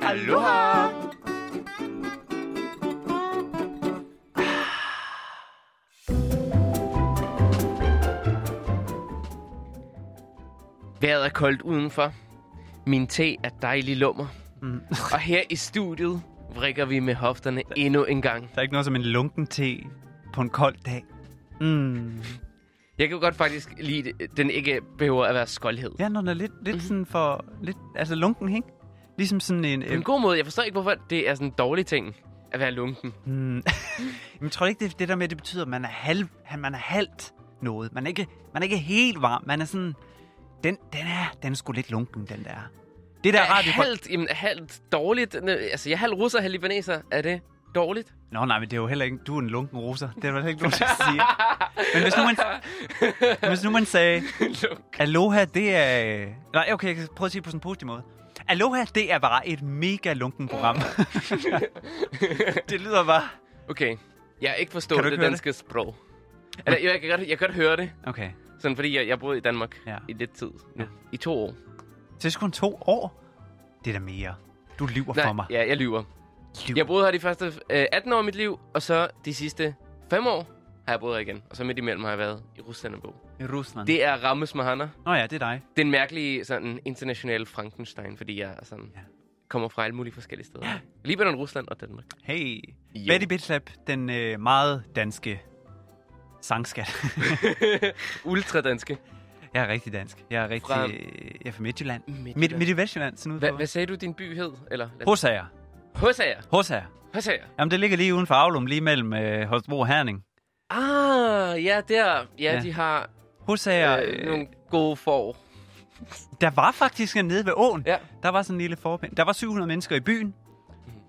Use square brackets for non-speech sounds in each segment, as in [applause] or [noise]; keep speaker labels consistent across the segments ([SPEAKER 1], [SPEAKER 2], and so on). [SPEAKER 1] Aloha! Vejret er koldt udenfor. Min te er dejlig lummer.
[SPEAKER 2] Mm.
[SPEAKER 1] [laughs] Og her i studiet vrikker vi med hofterne endnu en gang.
[SPEAKER 2] Der er ikke noget som en lunken te på en kold dag. Mm.
[SPEAKER 1] Jeg kan godt faktisk lide, det. den ikke behøver at være skoldhed.
[SPEAKER 2] Ja, når den er lidt, lidt mm. sådan for... Lidt, altså lunken, ikke? Ligesom sådan en...
[SPEAKER 1] På en god måde. Jeg forstår ikke, hvorfor det er sådan en dårlig ting at være lunken.
[SPEAKER 2] Mm. [laughs] Jamen, tror du ikke, det, det der med, det betyder, at man er, halv, han- man er halvt noget? Man er, ikke, man er ikke helt varm. Man er sådan... Den, den er, den er sgu lidt lunken, den der. Det der
[SPEAKER 1] Er
[SPEAKER 2] radio...
[SPEAKER 1] halvt, jamen, er halvt dårligt. Nå, Altså, jeg er halv russer, halv libaneser. Er det
[SPEAKER 2] [laughs]
[SPEAKER 1] dårligt?
[SPEAKER 2] Nå, nej, men det er jo heller ikke... Du er en lunken roser. Det er vel heller ikke nogen, der siger. Men hvis nu man, hvis nu man sagde...
[SPEAKER 1] Lunk.
[SPEAKER 2] Aloha, det er... øh, Nej, okay, jeg kan prøve at sige det på sådan en positiv måde. Aloha, det er bare et mega lunken [laughs] program. det lyder bare...
[SPEAKER 1] okay, jeg har ikke forstået
[SPEAKER 2] Kan du
[SPEAKER 1] det
[SPEAKER 2] ikke høre
[SPEAKER 1] danske sprog. Eller, jo, jeg, kan godt, jeg kan godt høre det,
[SPEAKER 2] Okay.
[SPEAKER 1] sådan, fordi jeg, jeg har boet i Danmark
[SPEAKER 2] Ja.
[SPEAKER 1] ja. i lidt tid nu.
[SPEAKER 2] Ja.
[SPEAKER 1] Ja. I to år.
[SPEAKER 2] Så det er sgu kun to år. Det er da mere. Du lyver for mig.
[SPEAKER 1] ja, jeg lyver.
[SPEAKER 2] Lyver.
[SPEAKER 1] Jeg boede her de første øh, 18 år af mit liv, og så de sidste 5 år har jeg boet her igen. Og så midt imellem har jeg været i Rusland og bo.
[SPEAKER 2] I Rusland. Det...
[SPEAKER 1] Det er Rammes Mahana.
[SPEAKER 2] Nå ja, det er dig.
[SPEAKER 1] Den mærkelige sådan, internationale Frankenstein, fordi jeg er sådan,
[SPEAKER 2] Ja.
[SPEAKER 1] ja. kommer fra alle mulige forskellige steder. Libanon, Rusland og Danmark. [laughs]
[SPEAKER 2] Hey.
[SPEAKER 1] Jo.
[SPEAKER 2] Betty Bitslap, den øh, meget danske sangskat. [laughs]
[SPEAKER 1] Ultradanske.
[SPEAKER 2] jeg er rigtig dansk. Jeg er rigtig...
[SPEAKER 1] Fra-
[SPEAKER 2] Øh, jeg er fra Midtjylland. Midt,
[SPEAKER 1] Midtjylland.
[SPEAKER 2] midt i Vestjylland, sådan ud
[SPEAKER 1] Hva,
[SPEAKER 2] for.
[SPEAKER 1] hvad sagde du, din by hed? Eller,
[SPEAKER 2] Hosager.
[SPEAKER 1] Hosager.
[SPEAKER 2] Hosager.
[SPEAKER 1] Hosager.
[SPEAKER 2] Jamen, det ligger lige uden for Aulum, lige mellem øh, Holstebro og Herning.
[SPEAKER 1] Ah, ja, der. Ja,
[SPEAKER 2] Ja.
[SPEAKER 1] ja. de har
[SPEAKER 2] Hosager...
[SPEAKER 1] øh, nogle gode for.
[SPEAKER 2] Der var faktisk en nede ved åen.
[SPEAKER 1] Ja.
[SPEAKER 2] Der var sådan en lille forpind. Der var 700 mennesker i byen.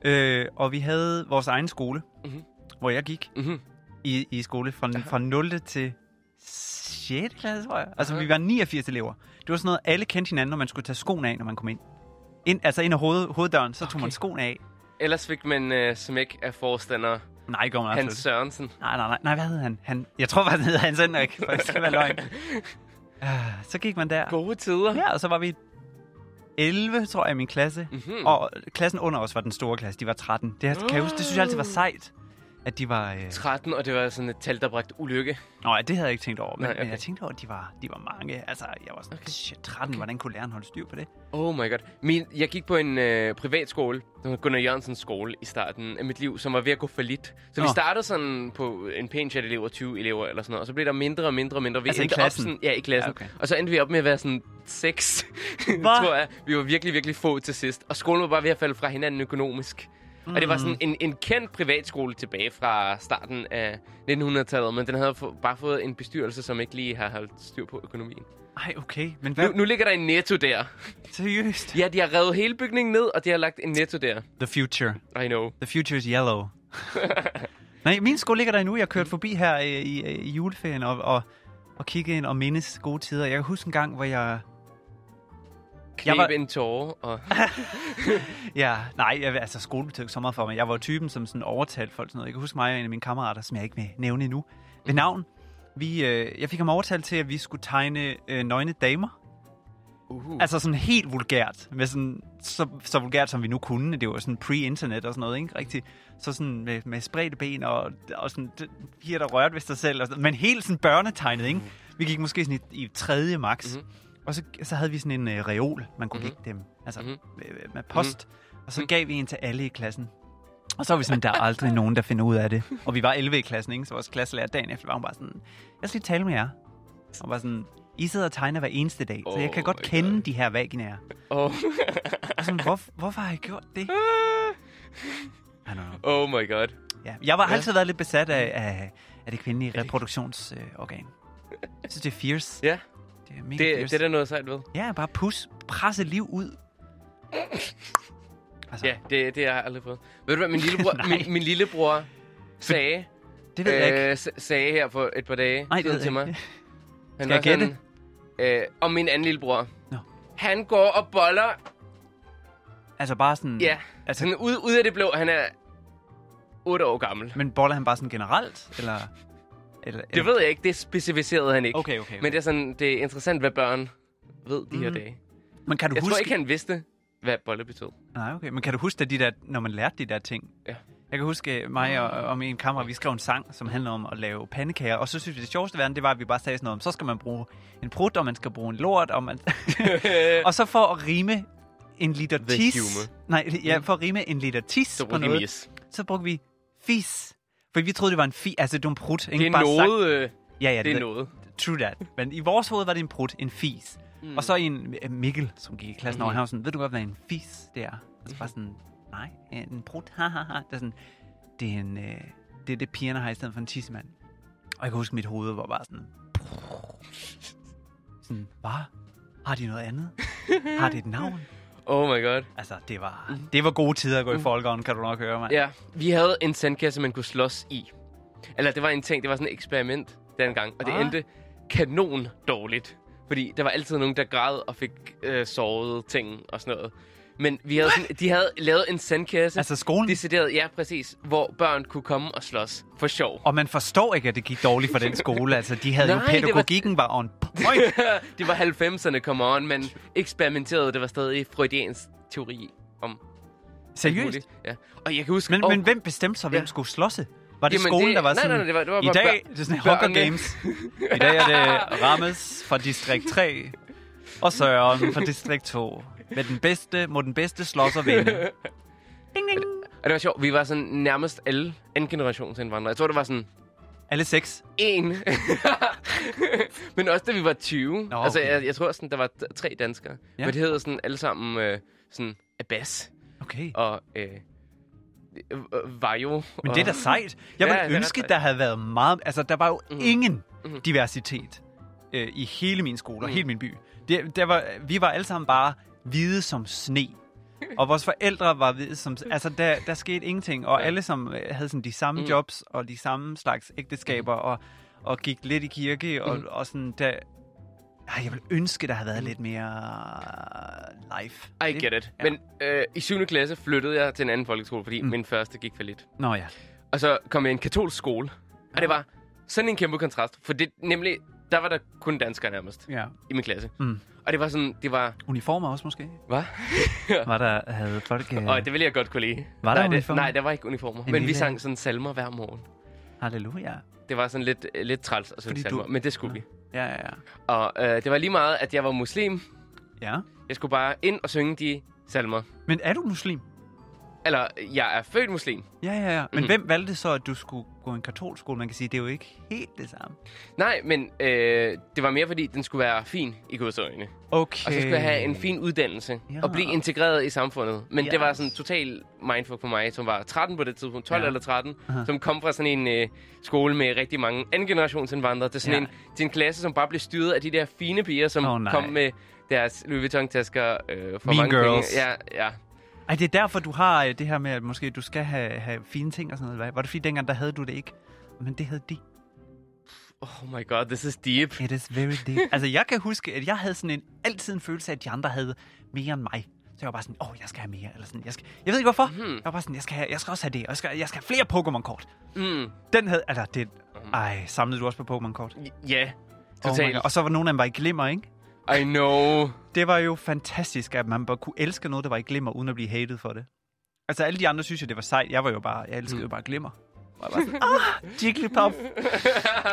[SPEAKER 2] Øh, og vi havde vores egen skole,
[SPEAKER 1] Mhm.
[SPEAKER 2] hvor jeg gik
[SPEAKER 1] Mm-hmm.
[SPEAKER 2] i, i skole fra, fra 0. til 6. klasse, tror jeg. Altså,
[SPEAKER 1] Aha.
[SPEAKER 2] vi var 89 elever. Det var sådan noget, alle kendte hinanden, når man skulle tage skoene af, når man kom ind. ind altså ind ad hoved, hoveddøren, så okay. tog man
[SPEAKER 1] Okay.
[SPEAKER 2] skoene af.
[SPEAKER 1] Ellers fik man øh, smæk af forstander
[SPEAKER 2] Nej, det gjorde man
[SPEAKER 1] Hans
[SPEAKER 2] absolut.
[SPEAKER 1] Sørensen.
[SPEAKER 2] Nej, nej, nej, nej, hvad hed han? han? Jeg tror faktisk, han hed Hans Henrik, for det
[SPEAKER 1] [laughs]
[SPEAKER 2] skal være løgn. Ah, Så gik man der.
[SPEAKER 1] Gode tider.
[SPEAKER 2] Ja, og så var vi 11, tror jeg, i min klasse.
[SPEAKER 1] Mm-hmm.
[SPEAKER 2] Og klassen under os var den store klasse. De var 13. Det, her, kan jeg huske, det synes jeg altid var sejt, at de var... Øh...
[SPEAKER 1] 13, og det var sådan et tal, der bragte ulykke.
[SPEAKER 2] Nå, ja, det havde jeg ikke tænkt over. Men, Nej,
[SPEAKER 1] Nej,
[SPEAKER 2] okay. men
[SPEAKER 1] okay.
[SPEAKER 2] jeg tænkte over, at de var, de var mange. Altså, jeg var sådan, okay.
[SPEAKER 1] Okay.
[SPEAKER 2] shit, 13. Okay. Hvordan kunne læreren holde styr på det?
[SPEAKER 1] Oh my god. Min, jeg gik på en øh, privatskole, som hed Gunnar Jørgensens skole, i starten af mit liv, som var ved at gå for lidt. Så vi
[SPEAKER 2] Nå.
[SPEAKER 1] startede sådan på en pæn chat elever, 20 elever eller sådan noget, og så blev der mindre og mindre og mindre. Vi
[SPEAKER 2] Altså i
[SPEAKER 1] endte
[SPEAKER 2] klassen?
[SPEAKER 1] Op sådan, ja, i klassen.
[SPEAKER 2] Ja,
[SPEAKER 1] Ja,
[SPEAKER 2] okay.
[SPEAKER 1] okay. Og så endte vi op med at være sådan seks, [laughs] tror jeg. Vi var virkelig, virkelig få til sidst. Og skolen var bare ved at falde fra hinanden økonomisk. Mm. Og det var sådan en, en kendt privatskole tilbage fra starten af 1900-tallet, men den havde få, bare fået en bestyrelse, som ikke lige har holdt styr på økonomien.
[SPEAKER 2] Ej, okay. Men hvad?
[SPEAKER 1] Nu, nu ligger der en netto der.
[SPEAKER 2] Seriøst?
[SPEAKER 1] Ja, de har revet hele bygningen ned, og de har lagt en netto der.
[SPEAKER 2] The future.
[SPEAKER 1] I know.
[SPEAKER 2] The future is yellow. [laughs] Nej, min skole ligger der endnu. Jeg kørte forbi her øh, i, øh, i juleferien og, og, og kiggede ind og mindes gode tider. Jeg kan huske en gang, hvor jeg... Jeg
[SPEAKER 1] Knæb
[SPEAKER 2] var-
[SPEAKER 1] var... en tårer, og
[SPEAKER 2] Ja, nej, jeg, altså skole betød ikke så meget for mig. Jeg var jo typen, som sådan overtalte folk sådan noget. Jeg kan huske mig og en af mine kammerater, som jeg ikke vil nævne endnu, ved navn. Vi, øh, jeg fik ham overtalt til, at vi skulle tegne øh, nøgne damer.
[SPEAKER 1] uh, altså,
[SPEAKER 2] Altså sådan helt vulgært. Med sådan, så, så vulgært, som vi nu kunne. Det var sådan pre-internet og sådan noget, ikke rigtigt? Så sådan med, med spredte ben og, og sådan d- piger, der rørte ved sig selv. Og sådan, men helt sådan børnetegnet, ikke? Vi gik måske sådan i, i tredje max.
[SPEAKER 1] Mm. Mhm.
[SPEAKER 2] Og så, så havde vi sådan en øh, reol, man kunne
[SPEAKER 1] Mhm.
[SPEAKER 2] lægge dem. Altså
[SPEAKER 1] Mhm.
[SPEAKER 2] øh, med post. Og så gav vi en til alle i klassen. Og så var vi sådan, der er aldrig nogen, der finder ud af det. Og vi var 11 i klassen, ikke? så vores klasselærer dagen efter var hun bare sådan, jeg skal lige tale med jer. Og var sådan, I sidder og tegner hver eneste dag, så jeg kan
[SPEAKER 1] Oh
[SPEAKER 2] godt
[SPEAKER 1] my
[SPEAKER 2] kende
[SPEAKER 1] God.
[SPEAKER 2] de her vaginaer.
[SPEAKER 1] oh.
[SPEAKER 2] Og sådan, Hvor, hvorfor har I gjort det? I don't know.
[SPEAKER 1] [laughs] oh my god.
[SPEAKER 2] Ja. Jeg har
[SPEAKER 1] Ja.
[SPEAKER 2] altid været lidt besat af, af, af det kvindelige reproduktionsorgan. Jeg synes, det er fierce.
[SPEAKER 1] Ja,
[SPEAKER 2] Det er mega
[SPEAKER 1] det, det
[SPEAKER 2] fierce.
[SPEAKER 1] er der noget sejt ved.
[SPEAKER 2] Ja, bare pus, presse liv ud. Altså,
[SPEAKER 1] Ja, det, det har jeg aldrig fået. Ved du hvad, min
[SPEAKER 2] [laughs]
[SPEAKER 1] lillebror,
[SPEAKER 2] Nej.
[SPEAKER 1] min, min lillebror sagde,
[SPEAKER 2] det ved jeg ikke.
[SPEAKER 1] øh, s- sagde her for et par dage
[SPEAKER 2] Nej, det
[SPEAKER 1] siden
[SPEAKER 2] ved jeg
[SPEAKER 1] til mig.
[SPEAKER 2] ikke. [laughs]
[SPEAKER 1] Han
[SPEAKER 2] Skal jeg
[SPEAKER 1] var sådan, Øh, om min anden lillebror.
[SPEAKER 2] Nå.
[SPEAKER 1] Han går og boller,
[SPEAKER 2] Altså bare sådan...
[SPEAKER 1] ja,
[SPEAKER 2] Altså,
[SPEAKER 1] sådan ud, ud af det blå. Han er 8 år gammel.
[SPEAKER 2] Men boller han bare sådan generelt, eller... eller
[SPEAKER 1] Det ved jeg ikke, det specificerede han ikke.
[SPEAKER 2] Okay, okay. okay.
[SPEAKER 1] Men det er, sådan, det er interessant, hvad børn ved de her
[SPEAKER 2] Mhm.
[SPEAKER 1] dage.
[SPEAKER 2] men kan du
[SPEAKER 1] Jeg
[SPEAKER 2] huske...
[SPEAKER 1] tror ikke, han vidste. hvad bolle betød.
[SPEAKER 2] Nej, okay. Men kan du huske, at de der, når man lærte de der ting?
[SPEAKER 1] Ja.
[SPEAKER 2] Jeg kan huske øh, mig og, og min kammerat, vi skrev en sang, som handlede om at lave pandekager. Og så synes vi, det sjoveste verden, det var, at vi bare sagde sådan noget om, så skal man bruge en prut, og man skal bruge en lort, og
[SPEAKER 1] [laughs]
[SPEAKER 2] man... og så for at rime en liter
[SPEAKER 1] The
[SPEAKER 2] tis...
[SPEAKER 1] humor. Mm.
[SPEAKER 2] Nej, ja, for at rime en liter tis
[SPEAKER 1] Så
[SPEAKER 2] på
[SPEAKER 1] brugte
[SPEAKER 2] noget,
[SPEAKER 1] jeg yes.
[SPEAKER 2] så brugte vi fis. For vi troede, det var en fi... Altså, det var en prut.
[SPEAKER 1] Det er noget. Øh,
[SPEAKER 2] Ja, ja,
[SPEAKER 1] det er noget.
[SPEAKER 2] True that. Men i vores hoved var det en prut, en fis. Mm. Og så en øh, Mikkel, som gik i klassen
[SPEAKER 1] Mm.
[SPEAKER 2] over, han var sådan, ved du godt, hvad en fis det er? Og så bare sådan, nej, en prut, ha, ha, ha. Det er sådan, det er, en, øh, det, er det, pigerne har i stedet for en tissemand. Og jeg kan huske, mit hoved var bare sådan, [laughs] sådan, hvad? Har de noget andet? Har det et navn?
[SPEAKER 1] Oh my god.
[SPEAKER 2] Altså, det var, det var gode tider at gå i folkeånden, kan du nok høre, mand.
[SPEAKER 1] Mm. Ja, vi havde en sandkasse, man kunne slås i. Eller det var en ting, det var sådan et eksperiment dengang, og det
[SPEAKER 2] Ah.
[SPEAKER 1] ah. endte kanon dårligt. Fordi der var altid nogen, der græd og fik øh, såret ting og sådan noget. Men vi havde sådan, de havde lavet en sandkasse.
[SPEAKER 2] Altså skolen,
[SPEAKER 1] Decideret, ja præcis, hvor børn kunne komme og slås for sjov.
[SPEAKER 2] og man forstår ikke, at det gik dårligt for den skole. Altså, de havde
[SPEAKER 1] Nej,
[SPEAKER 2] jo
[SPEAKER 1] det var-
[SPEAKER 2] pædagogikken var... on point.
[SPEAKER 1] [laughs] det var 90'erne, come on, men eksperimenterede, det var stadig freudiansk teori om
[SPEAKER 2] Seriøst?
[SPEAKER 1] muligt. Ja. Og jeg kan huske...
[SPEAKER 2] Men,
[SPEAKER 1] åh,
[SPEAKER 2] men hvem bestemte så, hvem ja.
[SPEAKER 1] Ja.
[SPEAKER 2] skulle slåsse? Var det
[SPEAKER 1] Jamen,
[SPEAKER 2] skolen,
[SPEAKER 1] det-
[SPEAKER 2] der var
[SPEAKER 1] nej,
[SPEAKER 2] sådan...
[SPEAKER 1] nej, nej, det var- det var
[SPEAKER 2] I
[SPEAKER 1] bare
[SPEAKER 2] dag,
[SPEAKER 1] børn-
[SPEAKER 2] det er
[SPEAKER 1] [laughs]
[SPEAKER 2] sådan Hunger
[SPEAKER 1] børnene."
[SPEAKER 2] Games. I dag er
[SPEAKER 1] [laughs]
[SPEAKER 2] det Rammes fra Distrikt 3 og Søren fra Distrikt 2. Med den bedste, må den bedste slåsser
[SPEAKER 1] [laughs]
[SPEAKER 2] vinde. Ding, ding.
[SPEAKER 1] Og det var sjovt, vi var sådan nærmest alle anden generations indvandrere. Jeg tror, det var sådan
[SPEAKER 2] Alle seks.
[SPEAKER 1] en. [laughs] men også da vi var 20.
[SPEAKER 2] Nå,
[SPEAKER 1] Altså,
[SPEAKER 2] okay.
[SPEAKER 1] jeg, jeg tror sådan, der var t- tre danskere.
[SPEAKER 2] Ja.
[SPEAKER 1] Ja. Men det hedder sådan alle sammen øh, sådan Abbas
[SPEAKER 2] Okay.
[SPEAKER 1] og øh, øh, øh, Vajo.
[SPEAKER 2] Men
[SPEAKER 1] og,
[SPEAKER 2] det er da sejt. Jeg
[SPEAKER 1] Ja,
[SPEAKER 2] ville
[SPEAKER 1] ja, det er
[SPEAKER 2] ønske,
[SPEAKER 1] ret
[SPEAKER 2] der havde været meget... Altså, der var jo
[SPEAKER 1] Mhm.
[SPEAKER 2] ingen
[SPEAKER 1] Mhm.
[SPEAKER 2] diversitet øh, i hele min skole og
[SPEAKER 1] Mhm.
[SPEAKER 2] hele min by. Det, der var, vi var alle sammen bare hvide som sne. Og vores forældre var hvide som... Altså, der, der skete ingenting. Og alle som øh, havde sådan de samme
[SPEAKER 1] Mhm.
[SPEAKER 2] jobs og de samme slags ægteskaber og, og gik lidt i kirke og,
[SPEAKER 1] Mhm.
[SPEAKER 2] og sådan... Der, ej, jeg ville ønske, der havde været lidt mere life.
[SPEAKER 1] I get it.
[SPEAKER 2] Ja.
[SPEAKER 1] Ja. Men øh, i 7. klasse flyttede jeg til en anden folkeskole, fordi
[SPEAKER 2] Mm.
[SPEAKER 1] mm. min første gik for lidt.
[SPEAKER 2] Nå ja.
[SPEAKER 1] Og så kom jeg i en katolsk skole. Og det var sådan en kæmpe kontrast. For det nemlig, der var der kun danskere nærmest
[SPEAKER 2] ja.
[SPEAKER 1] i min klasse.
[SPEAKER 2] Mm.
[SPEAKER 1] Og det var sådan, det var...
[SPEAKER 2] Uniformer også måske?
[SPEAKER 1] Hvad?
[SPEAKER 2] Var der, havde folk... Øh...
[SPEAKER 1] Og det ville jeg godt kunne lide.
[SPEAKER 2] Var der
[SPEAKER 1] nej, det,
[SPEAKER 2] uniformer?
[SPEAKER 1] nej, der var ikke uniformer.
[SPEAKER 2] En
[SPEAKER 1] men vi
[SPEAKER 2] lille-
[SPEAKER 1] sang sådan salmer hver morgen.
[SPEAKER 2] Halleluja.
[SPEAKER 1] Det var sådan lidt, øh, lidt træls og
[SPEAKER 2] Fordi
[SPEAKER 1] sådan salmer,
[SPEAKER 2] du-
[SPEAKER 1] du... men det skulle vi.
[SPEAKER 2] Ja, ja, ja.
[SPEAKER 1] Og øh, det var lige meget, at jeg var muslim.
[SPEAKER 2] ja.
[SPEAKER 1] Jeg skulle bare ind og synge de salmer.
[SPEAKER 2] Men er du muslim?
[SPEAKER 1] Eller, øh, jeg er født muslim.
[SPEAKER 2] Ja, ja, ja. Men mm.
[SPEAKER 1] Mm.
[SPEAKER 2] hvem valgte så, at du skulle gå i en katolsk skole? Man kan sige, det er jo ikke helt det samme.
[SPEAKER 1] Nej, men øh, det var mere, fordi den skulle være fin i Guds øjne.
[SPEAKER 2] Okay.
[SPEAKER 1] Og så skulle jeg have en fin uddannelse
[SPEAKER 2] Ja.
[SPEAKER 1] ja. og blive integreret i samfundet. Men yes. det var
[SPEAKER 2] Yes.
[SPEAKER 1] sådan total mindfuck for mig, som var 13 på det tidspunkt, 12
[SPEAKER 2] Ja.
[SPEAKER 1] ja. eller 13,
[SPEAKER 2] Aha.
[SPEAKER 1] som kom fra sådan en øh, skole med rigtig mange andengenerationsindvandrere til sådan
[SPEAKER 2] Ja.
[SPEAKER 1] ja. en, til en klasse, som bare blev styret af de der fine piger, som
[SPEAKER 2] Åh, nej.
[SPEAKER 1] kom med deres Louis Vuitton-tasker øh, for
[SPEAKER 2] Mean
[SPEAKER 1] mange
[SPEAKER 2] girls.
[SPEAKER 1] penge. Ja, ja.
[SPEAKER 2] Ej, det er derfor, du har øh, det her med, at måske du skal have, have fine ting og sådan noget. eller hvad? Var det fordi, dengang der havde du det ikke? Men det havde de.
[SPEAKER 1] Oh my god, this is deep.
[SPEAKER 2] It is [laughs] very deep. altså, jeg kan huske, at jeg havde sådan en, altid en følelse af, at de andre havde mere end mig. Så jeg var bare sådan, åh, oh, jeg skal have mere. Eller sådan, jeg, skal, jeg ved ikke hvorfor.
[SPEAKER 1] Mhm.
[SPEAKER 2] Mm. Jeg var bare sådan, jeg skal, have, jeg skal også have det. Og jeg skal, jeg skal have flere Pokémon-kort.
[SPEAKER 1] Mm.
[SPEAKER 2] Den havde, altså, det...
[SPEAKER 1] Mhm.
[SPEAKER 2] Ej, samlede du også på Pokémon-kort?
[SPEAKER 1] Ja,
[SPEAKER 2] Oh my
[SPEAKER 1] totalt.
[SPEAKER 2] God. og så var nogle af dem var i glimmer, ikke?
[SPEAKER 1] I know.
[SPEAKER 2] Det var jo fantastisk, at man bare kunne elske noget, der var i glimmer, uden at blive hated for det. Altså alle de andre synes jo, det var sejt. Jeg var jo bare, jeg elskede
[SPEAKER 1] Mm.
[SPEAKER 2] jo bare glimmer. Og jeg var sådan, ah, Jigglypuff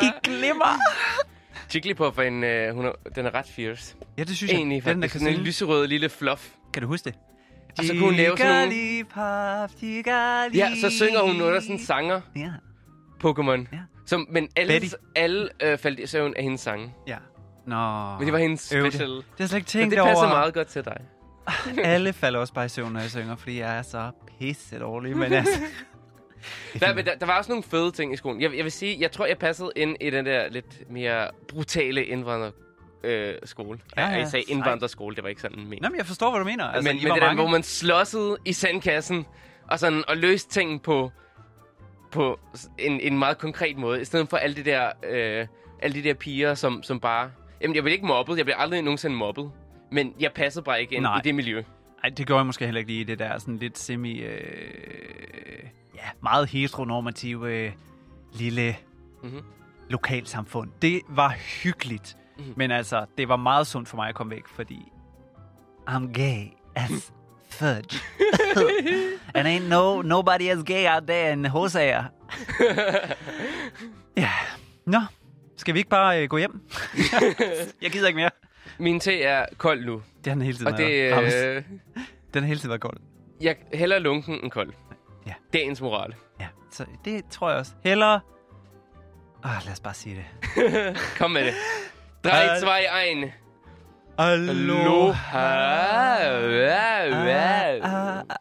[SPEAKER 2] i glimmer.
[SPEAKER 1] Jigglypuff er en, øh, hun er, den er ret fierce.
[SPEAKER 2] Ja, det synes
[SPEAKER 1] Egentlig
[SPEAKER 2] jeg. Den, der
[SPEAKER 1] faktisk.
[SPEAKER 2] kan,
[SPEAKER 1] Sådan en
[SPEAKER 2] synge.
[SPEAKER 1] lyserød lille fluff.
[SPEAKER 2] kan du huske det?
[SPEAKER 1] Og så kunne hun lave sådan nogle-
[SPEAKER 2] Jigglypuff, Jiggly.
[SPEAKER 1] Ja, så synger hun under sådan en sanger.
[SPEAKER 2] Ja,
[SPEAKER 1] Pokémon.
[SPEAKER 2] Ja.
[SPEAKER 1] Ja. Som, men alle,
[SPEAKER 2] Betty.
[SPEAKER 1] alle øh, faldt i søvn af hendes sange.
[SPEAKER 2] ja. Nå.
[SPEAKER 1] Men det var hendes
[SPEAKER 2] Ah, Øv det.
[SPEAKER 1] special.
[SPEAKER 2] Det har slet ikke
[SPEAKER 1] Så
[SPEAKER 2] tænkt
[SPEAKER 1] det passer
[SPEAKER 2] over.
[SPEAKER 1] meget godt til dig.
[SPEAKER 2] Alle falder også bare i søvn, når jeg synger, fordi jeg er så pisse dårlig. Men
[SPEAKER 1] [laughs]
[SPEAKER 2] altså,
[SPEAKER 1] Der, men der, der var også nogle fede ting i skolen. Jeg, jeg vil sige, jeg tror, jeg passede ind i den der lidt mere brutale indvandrer øh, skole.
[SPEAKER 2] Ja,
[SPEAKER 1] Ja,
[SPEAKER 2] ja.
[SPEAKER 1] ja. Jeg sagde
[SPEAKER 2] Sej.
[SPEAKER 1] indvandrerskole, det var ikke sådan men.
[SPEAKER 2] Nå, men jeg forstår, hvad du mener. Altså,
[SPEAKER 1] men
[SPEAKER 2] I
[SPEAKER 1] men
[SPEAKER 2] var
[SPEAKER 1] det der,
[SPEAKER 2] mange.
[SPEAKER 1] hvor man slåssede i sandkassen og, sådan, og løste ting på, på s- en, en meget konkret måde, i stedet for alle de der, øh, alle de der piger, som, som bare... Jamen, jeg blev ikke mobbet. Jeg blev aldrig nogensinde mobbet. Men jeg passede bare ikke ind
[SPEAKER 2] Nej.
[SPEAKER 1] i det miljø.
[SPEAKER 2] Ej, det gjorde jeg måske heller ikke lige, det der sådan lidt semi... Øh, ja, meget heteronormative øh, lille
[SPEAKER 1] Mhm.
[SPEAKER 2] lokalsamfund. Det var hyggeligt,
[SPEAKER 1] Mhm.
[SPEAKER 2] men altså, det var meget sundt for mig at komme væk, fordi I'm gay as
[SPEAKER 1] [laughs]
[SPEAKER 2] fudge. and ain't no, nobody as gay out there in Hosager. ja, nå. Skal vi ikke bare øh, gå hjem?
[SPEAKER 1] [laughs]
[SPEAKER 2] jeg gider ikke mere.
[SPEAKER 1] Min te er kold nu,
[SPEAKER 2] Det har den hele tiden
[SPEAKER 1] og det,
[SPEAKER 2] været. Rammes.
[SPEAKER 1] øh,
[SPEAKER 2] Den har hele tiden været kold.
[SPEAKER 1] jeg heller lunken end kold.
[SPEAKER 2] Ja.
[SPEAKER 1] Dagens moral.
[SPEAKER 2] Ja, så det tror jeg også. Heller... Ah, lad os bare sige det. [laughs]
[SPEAKER 1] Kom med det.
[SPEAKER 2] Hej.
[SPEAKER 1] 3, 2, 1.
[SPEAKER 2] Hallo.
[SPEAKER 1] Aloha. Wow, wow.
[SPEAKER 2] Ah, ah,